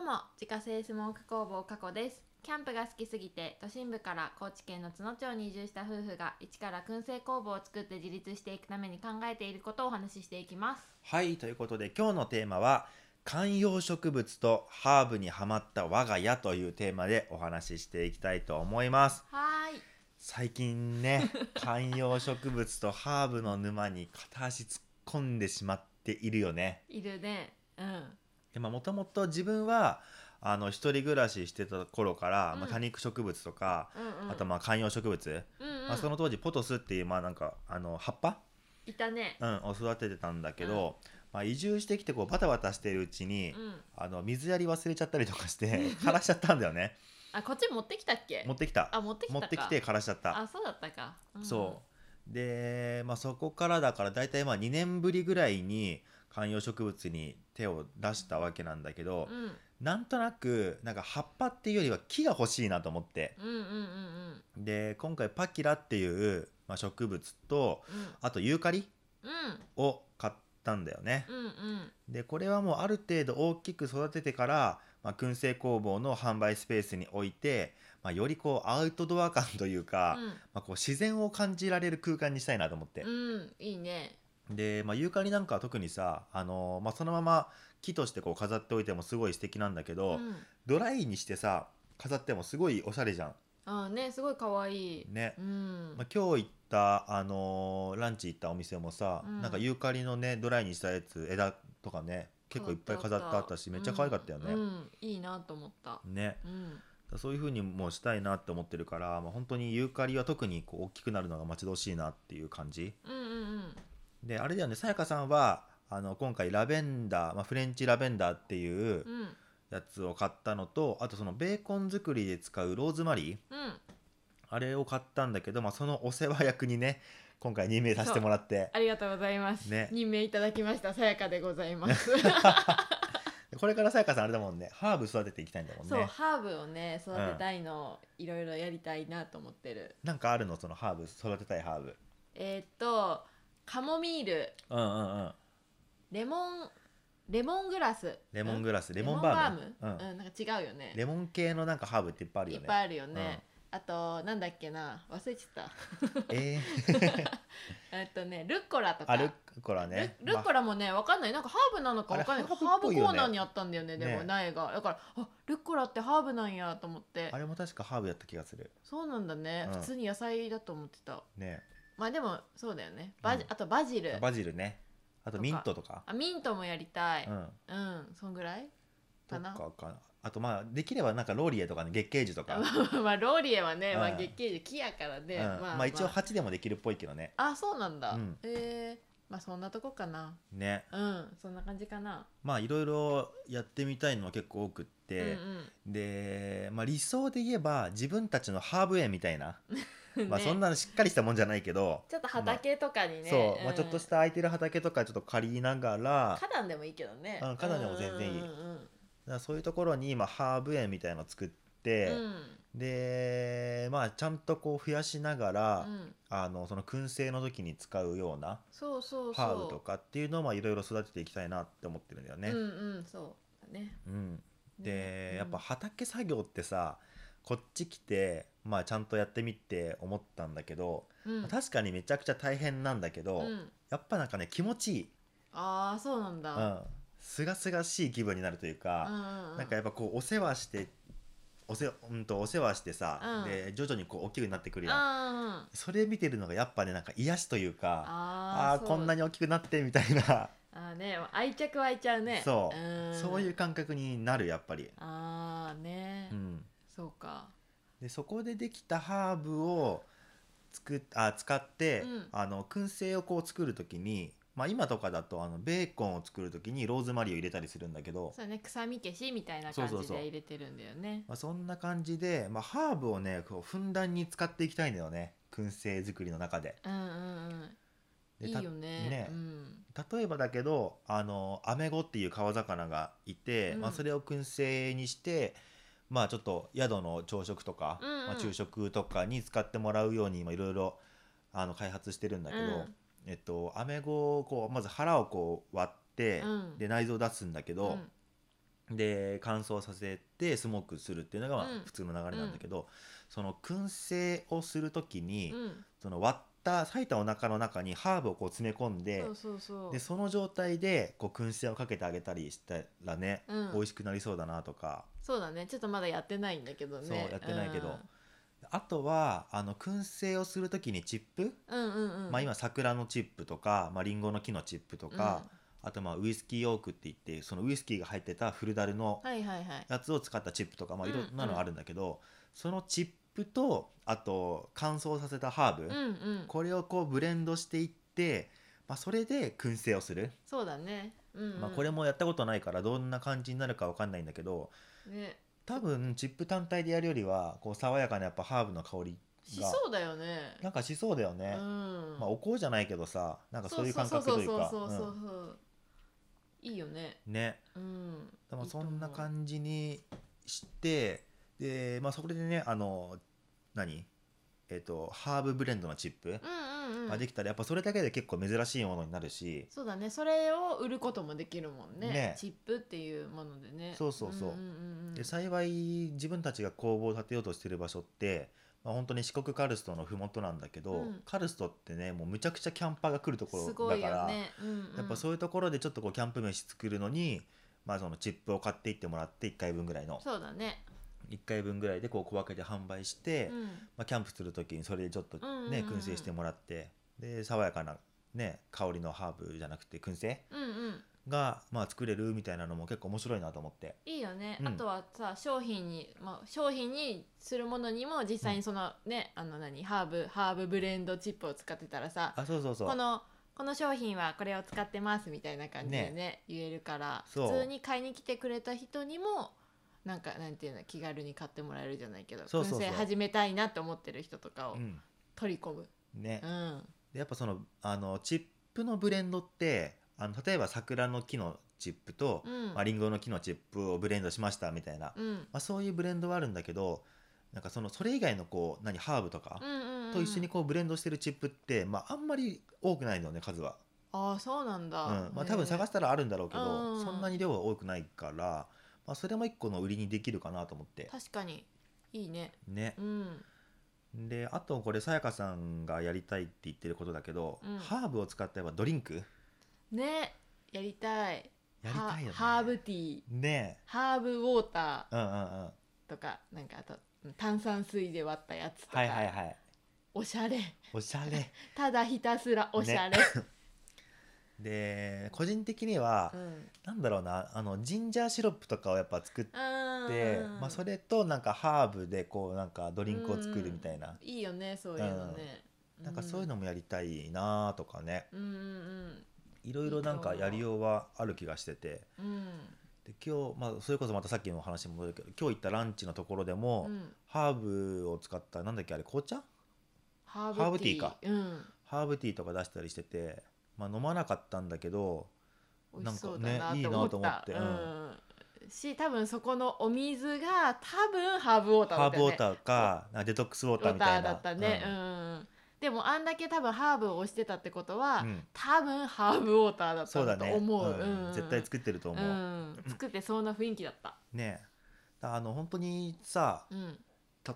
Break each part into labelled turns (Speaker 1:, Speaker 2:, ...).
Speaker 1: も自家製スモーク工房過去ですキャンプが好きすぎて都心部から高知県の津野町に移住した夫婦が一から燻製工房を作って自立していくために考えていることをお話ししていきます
Speaker 2: はいということで今日のテーマは「観葉植物とハーブにはまった我が家」というテーマでお話ししていきたいと思います
Speaker 1: はーい
Speaker 2: 最 近ね観葉植物とハーブの沼に片足突っ込んでしまっているよね
Speaker 1: いるねうん
Speaker 2: でまあもともと自分はあの一人暮らししてた頃から、ま
Speaker 1: う
Speaker 2: あ、
Speaker 1: ん
Speaker 2: 多肉植物とか、
Speaker 1: うんうん
Speaker 2: あとまあ観葉植物、
Speaker 1: うんうん
Speaker 2: まあ、その当時ポトスっていうまあなんかあの葉っぱ、
Speaker 1: いたね
Speaker 2: うん、を育ててたんだけど、まあ、移住してきてこうバタバタしてるうちに、
Speaker 1: うん
Speaker 2: あの水やり忘れちゃったりとかして 枯らしちゃったんだよね
Speaker 1: あこっち持ってきたっけ
Speaker 2: 持ってきた
Speaker 1: あ持ってきた
Speaker 2: 持
Speaker 1: か
Speaker 2: ってきて枯らしちゃった
Speaker 1: あそうだったか、んん
Speaker 2: そうで、まあ、そこからだから大体まあ2年ぶりぐらいに観葉植物に手を出したわけなんだけど
Speaker 1: う、ん
Speaker 2: なんとなくなんか葉っぱっていうよりは木が欲しいなと思って
Speaker 1: うんうんうんうん
Speaker 2: で今回パキラっていう、まあ、植物と
Speaker 1: うん
Speaker 2: あとユーカリ
Speaker 1: うん
Speaker 2: を買ったんだよね、
Speaker 1: うんうん
Speaker 2: でこれはもうある程度大きく育ててから、まあ、燻製工房の販売スペースに置いて、まあ、よりこうアウトドア感というか、まあ、こう自然を感じられる空間にしたいなと思って
Speaker 1: う、んうんいいね
Speaker 2: で、まあ、ユーカリなんかは特にさ、あのーまあ、そのまま木としてこう飾っておいてもすごい素敵なんだけ
Speaker 1: う
Speaker 2: ど、
Speaker 1: ん
Speaker 2: ドライにしてさ飾ってもすごいおしゃれじゃん
Speaker 1: あーねすごい可愛い
Speaker 2: ね
Speaker 1: う、ん
Speaker 2: まあ、今日行った、あのーランチ行ったお店もさ、
Speaker 1: うん
Speaker 2: なんかユーカリのねドライにしたやつ枝とかね結構いっぱい飾ってあったしめっちゃ可愛かったよね、
Speaker 1: うんうんいいなと思った
Speaker 2: ね
Speaker 1: うん
Speaker 2: そういう風にもうしたいなって思ってるから、まあ、本当にユーカリは特にこう大きくなるのが待ち遠しいなっていう感じ
Speaker 1: うんうんうん
Speaker 2: であれだよねさやかさんはあの今回ラベンダー、まあ、フレンチラベンダーっていう
Speaker 1: うん
Speaker 2: やつを買ったのとあとそのベーコン作りで使うローズマリー
Speaker 1: うん
Speaker 2: あれを買ったんだけど、まあ、そのお世話役にね今回2名させてもらって
Speaker 1: ありがとうございます
Speaker 2: ね
Speaker 1: 任命いただきましたさやかでございます
Speaker 2: これからさやかさんあれだもんねハーブ育てていきたいんだもん
Speaker 1: そう
Speaker 2: ね
Speaker 1: ハーブをね育てたいのいろいろやりたいなと思ってる
Speaker 2: なんかあるのそのハーブ育てたいハーブ
Speaker 1: えーっとカモミール
Speaker 2: うんうんうん
Speaker 1: レモンレモングラス
Speaker 2: レモングラス
Speaker 1: レ
Speaker 2: レ
Speaker 1: モ
Speaker 2: モ
Speaker 1: ン
Speaker 2: ン
Speaker 1: バ
Speaker 2: バ
Speaker 1: ー
Speaker 2: ー
Speaker 1: ム
Speaker 2: ム、うん
Speaker 1: うん、なんか違うよね
Speaker 2: レモン系のなんかハーブっていっぱいある
Speaker 1: い
Speaker 2: よ
Speaker 1: っ
Speaker 2: ね
Speaker 1: ぱいあるよね、あとなんだっけな忘れちゃった
Speaker 2: えー
Speaker 1: えっとねルッコラとか
Speaker 2: あルッコラね。
Speaker 1: ルルッコ
Speaker 2: ラ、
Speaker 1: ラもねわかんないなんかハーブなのかわかんない
Speaker 2: あ
Speaker 1: ハ
Speaker 2: れ
Speaker 1: ー
Speaker 2: ハー
Speaker 1: ブ
Speaker 2: ブっぽいよ
Speaker 1: コ
Speaker 2: ね
Speaker 1: ーナーにあったんだよねでも
Speaker 2: ね
Speaker 1: 苗がだからあルッコラってハーブなんやと思って
Speaker 2: あ、れも確かハーブやった気がする。
Speaker 1: そうなんだね、
Speaker 2: うん
Speaker 1: 普通に野菜だと思ってた
Speaker 2: ね。
Speaker 1: まあでもそうだよねバジ、
Speaker 2: うん
Speaker 1: あとバジル
Speaker 2: バジルね。あとミントとか。
Speaker 1: あミントもやりたい
Speaker 2: うん。
Speaker 1: うん、そんぐらい
Speaker 2: と
Speaker 1: か
Speaker 2: か
Speaker 1: な
Speaker 2: かな。あとまあできればなんかローリエとかね月桂樹とか。う ん
Speaker 1: まあローリエはね、まあ、
Speaker 2: うん
Speaker 1: 月桂樹木やからね、
Speaker 2: まあ一応鉢でもできるっぽいけどね。
Speaker 1: あそうなんだ、
Speaker 2: うん
Speaker 1: えーまあそんなとこかな
Speaker 2: ね。
Speaker 1: うんそんな感じかな、
Speaker 2: まあいろいろやってみたいのは結構多くって、で、まあ理想で言えば自分たちのハーブ園みたいな。
Speaker 1: うんうん
Speaker 2: まあ
Speaker 1: ね
Speaker 2: そんなしっかりしたもんじゃないけど。
Speaker 1: ちょっと畑とかにね、
Speaker 2: そう、
Speaker 1: ん
Speaker 2: まあちょっとした空いてる畑とかちょっと借りながら、
Speaker 1: 花壇でもいいけどね
Speaker 2: うん花壇でも全然いい
Speaker 1: うんうん
Speaker 2: だからそういうところに今ハーブ園みたいの作って、
Speaker 1: うん
Speaker 2: でまあちゃんとこう増やしなが
Speaker 1: う
Speaker 2: ら、
Speaker 1: んうん
Speaker 2: あのその燻製の時に使うような
Speaker 1: そうそうそう
Speaker 2: ハーブとかっていうのをまあいろいろ育てていきたいなって思ってるんだよね。
Speaker 1: うんうんそうだね
Speaker 2: うんで、
Speaker 1: うん
Speaker 2: やっぱ畑作業ってさこっち来て、まあ、ちゃんとやってみて思ったんだけど、
Speaker 1: うん
Speaker 2: 確かにめちゃくちゃ大変なんだけど、
Speaker 1: うん
Speaker 2: やっぱなんかね気持ちいい
Speaker 1: ああそうなんだ、
Speaker 2: うんすがすがしい気分になるというか。
Speaker 1: うんうん
Speaker 2: なんかやっぱこうお世話しておせ、うん、とお世話してさ、
Speaker 1: うん
Speaker 2: で徐々にこう大きくなってくるやん、
Speaker 1: あ
Speaker 2: それ見てるのがやっぱねなんか癒しというか
Speaker 1: あ
Speaker 2: ああーこんな
Speaker 1: に
Speaker 2: に大きくなってみたいな、
Speaker 1: あーね愛着湧いちゃうね
Speaker 2: そ
Speaker 1: ん
Speaker 2: う、そういう感覚になるやっぱり、
Speaker 1: ああね、
Speaker 2: うん、
Speaker 1: そうか
Speaker 2: でそこでできたハーブを作っあ使って、
Speaker 1: うん
Speaker 2: あの燻製をこう作る時に、まあ、今とかだとあのベーコンを作る時にローズマリーを入れたりするんだけど
Speaker 1: そうね臭み消しみたいな
Speaker 2: そう
Speaker 1: 感
Speaker 2: そう
Speaker 1: じ
Speaker 2: そう
Speaker 1: で入れてるんだよね
Speaker 2: まあ、そんな感じで、まあ、ハーブをねこうふんだんに使っていきたいんだよね燻製作りの中で
Speaker 1: うんうんうん
Speaker 2: で
Speaker 1: いい
Speaker 2: た
Speaker 1: よね
Speaker 2: ね
Speaker 1: うん
Speaker 2: 例えばだけどあのアメゴっていう川魚がいて、
Speaker 1: うん
Speaker 2: まあ、それを燻製にしてまあちょっと宿の朝食とか、
Speaker 1: うんうん
Speaker 2: まあ、昼食とかに使ってもらうように今いろいろあの開発してるんだけど、
Speaker 1: うん
Speaker 2: えっと、アメゴをこうまず腹をこう割って、
Speaker 1: うん
Speaker 2: で内臓を出すんだけど、
Speaker 1: うん
Speaker 2: で乾燥させてスモークするっていうのがまあ
Speaker 1: うん
Speaker 2: 普通の流れなんだけど、その燻製をする時に、
Speaker 1: うん
Speaker 2: その割った裂いたお腹の中にハーブをこう詰め込んで
Speaker 1: そうそうそう
Speaker 2: でその状態でこう燻製をかけてあげたりしたらね、
Speaker 1: うん
Speaker 2: 美味しくなりそうだなとか
Speaker 1: そうだねちょっとまだやってないんだけどね
Speaker 2: そうやってないけどあとはあの燻製をする時にチップ、
Speaker 1: うん、うんうんうん
Speaker 2: まあ、今桜のチップとか、まあ、リンゴの木のチップとか、あとまあウイスキーオークって言ってそのウイスキーが入ってたフルダルの
Speaker 1: うんはいはいはい
Speaker 2: やつを使ったチップとか、まあ、いろんな
Speaker 1: うんうん
Speaker 2: のあるんだけど、そのチップとあと乾燥させたハーブ、
Speaker 1: うんうん
Speaker 2: これをこうブレンドしていって、まあ、それで燻製をする、
Speaker 1: そうだねうん、うん、
Speaker 2: まあ、これもやったことないからどんな感じになるかわかんないんだけど
Speaker 1: ね
Speaker 2: 多分チップ単体でやるよりはこう爽やかなやっぱハーブの香り
Speaker 1: し
Speaker 2: が
Speaker 1: そうだよね
Speaker 2: なんかしそうだよね、
Speaker 1: うん
Speaker 2: まあ、お香じゃないけどさなんかそういう感覚というか
Speaker 1: そうそうそうそうそうそういいよね
Speaker 2: うんね
Speaker 1: うん
Speaker 2: でもそんない
Speaker 1: いと思う
Speaker 2: 感じにしてで、まあ、そこでねあの何えっ、とハーブブレンドのチップ
Speaker 1: うんうんうん
Speaker 2: ができたらやっぱそれだけで結構珍しいものになるし、
Speaker 1: そうだねそれを売ることもできるもんね
Speaker 2: ね
Speaker 1: チップっていうものでね
Speaker 2: そうそうそうん
Speaker 1: んうんうん
Speaker 2: で幸い自分たちが工房を建てようとしてる場所って、まあ、本当に四国カルストの麓なんだけど、
Speaker 1: うん
Speaker 2: カルストってねもうむちゃくちゃキャンパーが来るとこ
Speaker 1: す
Speaker 2: ろ
Speaker 1: ご
Speaker 2: だ
Speaker 1: い
Speaker 2: か
Speaker 1: よ
Speaker 2: ら、
Speaker 1: ね、うんうん、
Speaker 2: やっぱそういうところでちょっとこうキャンプ飯作るのに、まあ、そのチップを買っていってもらって1回分ぐらいの
Speaker 1: そうだね、
Speaker 2: 1回分ぐらいでこう小分けで販売して。
Speaker 1: うん、
Speaker 2: まあ、キャンプする時にそれでちょっとね、
Speaker 1: うんうんうん
Speaker 2: 燻製してもらってで爽やかな、ね、香りのハーブじゃなくて燻製
Speaker 1: うんうん
Speaker 2: が、まあ、作れるみたいなのも結構面白いなと思って
Speaker 1: いいよね、
Speaker 2: うん
Speaker 1: あとはさ商品に、まあ、商品にするものにも実際にそのね、あの何ハーブハーブブレンドチップを使ってたらさ
Speaker 2: あそうそうそう
Speaker 1: このこの商品はこれを使ってますみたいな感じでね言えるから
Speaker 2: そう
Speaker 1: 普通に買いに来てくれた人にもなんかなんていうの気軽に買ってもらえるじゃないけど
Speaker 2: そうそうそう
Speaker 1: 燻製始めたいなと思ってる人とかを
Speaker 2: うん
Speaker 1: 取り込む、
Speaker 2: ね
Speaker 1: う、ん、
Speaker 2: でやっぱそのあのチップのブレンドってあの例えば桜の木のチップと、
Speaker 1: うん
Speaker 2: まあ、リンゴの木のチップをブレンドしましたみたいな、
Speaker 1: うん、うん
Speaker 2: まあ、そういうブレンドはあるんだけどなんかそのそれ以外のこう何ハーブとか
Speaker 1: うんうん
Speaker 2: と一緒にこうブレンドしてるチップって、まあ、あんまり多くないのね数は。
Speaker 1: ああそうなんだ、
Speaker 2: うんまあ、多分探
Speaker 1: す
Speaker 2: したらあるんだろうけど、
Speaker 1: うん
Speaker 2: そんなに量は多くないから、まあ、それも一個の売りにできるかなと思って
Speaker 1: 確かにいいね
Speaker 2: ね
Speaker 1: うん
Speaker 2: であとこれさやかさんがやりたいって言ってることだけど、
Speaker 1: うん
Speaker 2: ハーブを使ったやっぱドリンク
Speaker 1: ねやりたい
Speaker 2: やりたい
Speaker 1: は
Speaker 2: よね
Speaker 1: ハーブティー
Speaker 2: ね
Speaker 1: ハーブウォータ
Speaker 2: えうんうんうんは
Speaker 1: ーとかなんかあと炭酸水で割ったやつと
Speaker 2: い
Speaker 1: か、
Speaker 2: はいはい
Speaker 1: おしゃれ
Speaker 2: おしゃれ
Speaker 1: ただひたすらおしゃれ、
Speaker 2: で個人的には、
Speaker 1: うん
Speaker 2: なんだろうなあのジンジャーシロップとかをやっぱ作って、
Speaker 1: うん
Speaker 2: まあ、それとなんかハーブでこうなんかドリンクを作るみたいな、
Speaker 1: いいよねそういうのね、
Speaker 2: なんかそういうのもやりたいなとかね、
Speaker 1: うんうん
Speaker 2: いろいろなんかやりようはある気がしてて
Speaker 1: うんうん
Speaker 2: で今日、まあ、それこそまたさっきの話に戻るけど今日行ったランチのところでも、
Speaker 1: うん
Speaker 2: ハーブを使ったなんだっけあれ紅茶
Speaker 1: ハ
Speaker 2: ハー
Speaker 1: ーブ
Speaker 2: ブ
Speaker 1: テ
Speaker 2: テ
Speaker 1: ィ
Speaker 2: ィ
Speaker 1: ー
Speaker 2: ーか
Speaker 1: うん
Speaker 2: ハーブティーとか出したりしてて、まあ、飲まなかったんだけど
Speaker 1: 美味しそう
Speaker 2: なん
Speaker 1: だ
Speaker 2: かねいい
Speaker 1: な
Speaker 2: な
Speaker 1: と
Speaker 2: と
Speaker 1: 思
Speaker 2: 思
Speaker 1: っ、
Speaker 2: ったて
Speaker 1: うん、し多分そこのお水が多分ハーブウォーターだ
Speaker 2: ハ
Speaker 1: っ
Speaker 2: ー
Speaker 1: た
Speaker 2: ブウ
Speaker 1: よ
Speaker 2: ォ
Speaker 1: ね
Speaker 2: ーターかなんかデトックスウォーター
Speaker 1: ウォー
Speaker 2: み
Speaker 1: タ
Speaker 2: た
Speaker 1: ー
Speaker 2: いな
Speaker 1: だったねうん、でもあんだけ多分ハーブを押してたってことは、
Speaker 2: うんうん
Speaker 1: 多分ハーブウォーターだっ
Speaker 2: そう
Speaker 1: た
Speaker 2: だ
Speaker 1: と
Speaker 2: ね
Speaker 1: 思う
Speaker 2: うん絶対
Speaker 1: る
Speaker 2: 作ってると
Speaker 1: と
Speaker 2: 思う、
Speaker 1: ん、作ってそうな雰囲気だった
Speaker 2: ねあの本当にさ
Speaker 1: うんうん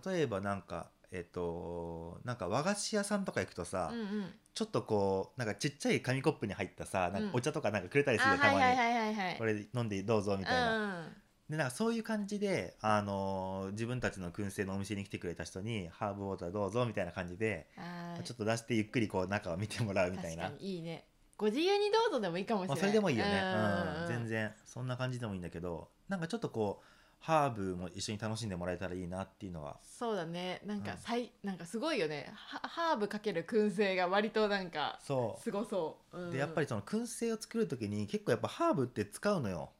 Speaker 2: 例えばなんかえっ、となんか和菓子屋さんとか行くとさ、
Speaker 1: うん
Speaker 2: ちょっとこうなんかちっちゃい紙コップに入ったさなん
Speaker 1: うん
Speaker 2: かお茶とかなんかくれたりする
Speaker 1: あ
Speaker 2: よ、たま
Speaker 1: はい
Speaker 2: に、
Speaker 1: はいはいはいはい
Speaker 2: これ飲んでどうぞみたいな、
Speaker 1: うん
Speaker 2: でなんかそういう感じで、あのー自分たちの燻製のお店に来てくれた人にハーブウォーターどうぞみたいな感じで、
Speaker 1: あー
Speaker 2: ちょっと出してゆっくりこう中を見てもらうみたいな
Speaker 1: 確かにいいねご自由にどうぞでもいいかもしれな
Speaker 2: まあ、
Speaker 1: い、
Speaker 2: それでもいいよね、
Speaker 1: うん
Speaker 2: うん全然そんな感じでもいいんだけどなんかちょっとこうハーブも一緒に楽しんでもらえたらいいなっていうのは
Speaker 1: そうだねなんか
Speaker 2: うん
Speaker 1: さい、なんかすごいよねハハーブかける燻製が割となんか
Speaker 2: そ
Speaker 1: すごそう、う
Speaker 2: うんでやっぱりその燻製を作る時に結構やっぱハーブって使うのよ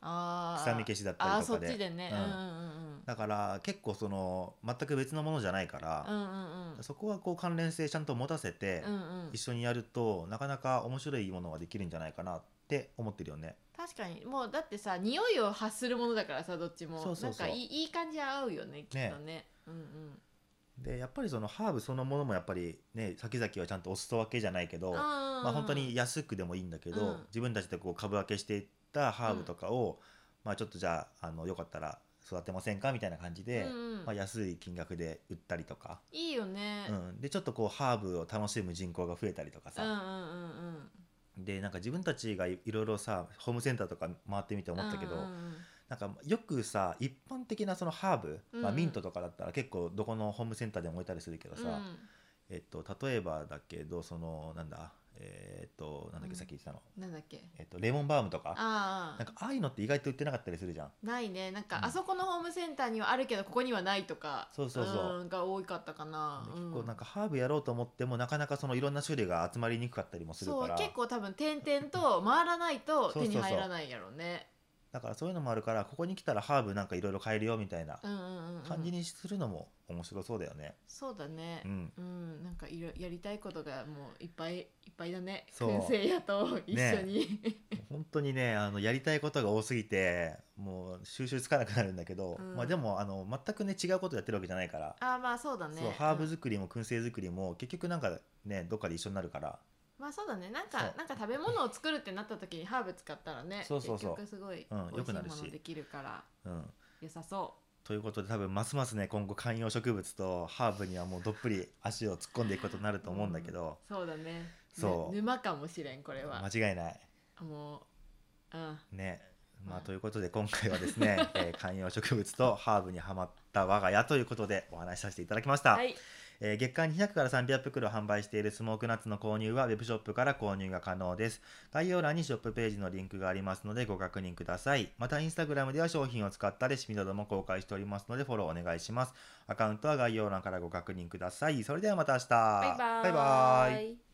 Speaker 1: あー
Speaker 2: 臭み消しだったり
Speaker 1: あー
Speaker 2: と
Speaker 1: そ
Speaker 2: か
Speaker 1: っ
Speaker 2: で
Speaker 1: ちでね、う、
Speaker 2: うんん
Speaker 1: うんうん
Speaker 2: だから結構その全く別のものじゃないから
Speaker 1: うんう、んうん
Speaker 2: そこはこう関連性ちゃんと持たせて、
Speaker 1: うんうん
Speaker 2: 一緒にやるとなかなか面白いものができるんじゃないかなって思ってるよね。
Speaker 1: 確かにもうだってさ匂いを発するものだからさどっちも
Speaker 2: そうそうそう
Speaker 1: なんかいいいい感じ合うよねきっとねうんうん
Speaker 2: でやっぱりそのハーブそのものもやっぱりね先々はちゃんとお裾分けじゃないけど、ま
Speaker 1: ま
Speaker 2: あ、本当に安くでもいいんだけど、
Speaker 1: うん
Speaker 2: 自分たちでこう株分けしていったハーブとかを、まあ、ちょっとじゃああのよかったら育てませんかみたいな感じで、
Speaker 1: うんうん
Speaker 2: まあ、安い金額で売ったりとか、
Speaker 1: いいよね、
Speaker 2: うん、でちょっとこうハーブを楽しむ人口が増えたりとか
Speaker 1: うん、うんう
Speaker 2: さ、
Speaker 1: んうん
Speaker 2: でなんか自分たちがいいろいろさホームセンターとか回ってみて思ったけど、
Speaker 1: うんうんうん
Speaker 2: なんかよくさ一般的なそのハーブ、まあ、
Speaker 1: うんうん
Speaker 2: ミントとかだったら結構どこのホームセンターでも置いたりするけどさ、
Speaker 1: う
Speaker 2: えっと、例えばだけどそのなんだえーっとなんだ
Speaker 1: う
Speaker 2: っ
Speaker 1: ん
Speaker 2: けさっき言ってたの、
Speaker 1: ん、なんだっけ
Speaker 2: えっと、レモンバームとか
Speaker 1: ああ
Speaker 2: なんかああいうのって意外と売ってなかったりするじゃん。
Speaker 1: ないねなんか、
Speaker 2: うん
Speaker 1: あそこのホームセンターにはあるけどここにはないとか
Speaker 2: そうそうそう
Speaker 1: うんが多かったかな
Speaker 2: で結構なん
Speaker 1: か
Speaker 2: かハーブやろうと思ってもなかなかそのいろんな種類が集まりにくかったりもする
Speaker 1: そ
Speaker 2: か
Speaker 1: う
Speaker 2: ら
Speaker 1: 結構多分点々と回らないと
Speaker 2: そうそうそう
Speaker 1: 手に入らないやろうね
Speaker 2: だからそういうのもあるからここに来たらハーブなんかいろいろ買えるよみたいな
Speaker 1: うんうんうんうん
Speaker 2: 感じにするのも面白そうだよね。
Speaker 1: そうだね
Speaker 2: うん
Speaker 1: うん、なんかいろやりたいことがもういっぱいいっぱいだね
Speaker 2: そう
Speaker 1: 燻製屋と一緒に、
Speaker 2: 本当にねあのやりたいことが多すぎてもう収集つかなくなるんだけど、
Speaker 1: うん
Speaker 2: まあ、でもあの全くね違うことやってるわけじゃないから、
Speaker 1: ああまあそうだね
Speaker 2: そうハーブ
Speaker 1: うん
Speaker 2: 作りも燻製作りも結局なんかねどっかで一緒になるから
Speaker 1: まあそうだねなん
Speaker 2: そ
Speaker 1: か
Speaker 2: う
Speaker 1: なんか食べ物を作るってなった時にハーブ使ったらね
Speaker 2: そうそうそう
Speaker 1: 結局すごい
Speaker 2: うん
Speaker 1: 美味しい
Speaker 2: 良くなる
Speaker 1: も
Speaker 2: し
Speaker 1: のできるから
Speaker 2: うん。
Speaker 1: 良さそう
Speaker 2: ということで多分ますますね今後観葉植物とハーブにはもうどっぷり足を突っ込んでいくことになると思うんだけど、
Speaker 1: そうだね
Speaker 2: そう
Speaker 1: ぬ沼かもしれんこれは
Speaker 2: 間違いない。
Speaker 1: もううん
Speaker 2: ねまあ、
Speaker 1: うん
Speaker 2: ということで今回はですね、えー観葉植物とハーブにはまった我が家ということでお話しさせていただきました、
Speaker 1: はい
Speaker 2: えー月間200から300袋販売しているスモークナッツの購入はウェブショップから購入が可能です概要欄にショップページのリンクがありますのでご確認くださいまたインスタグラムでは商品を使ったレシピなども公開しておりますのでフォローお願いしますアカウントは概要欄からご確認くださいそれではまた明日
Speaker 1: バイバーイ
Speaker 2: バイバーイ
Speaker 1: イ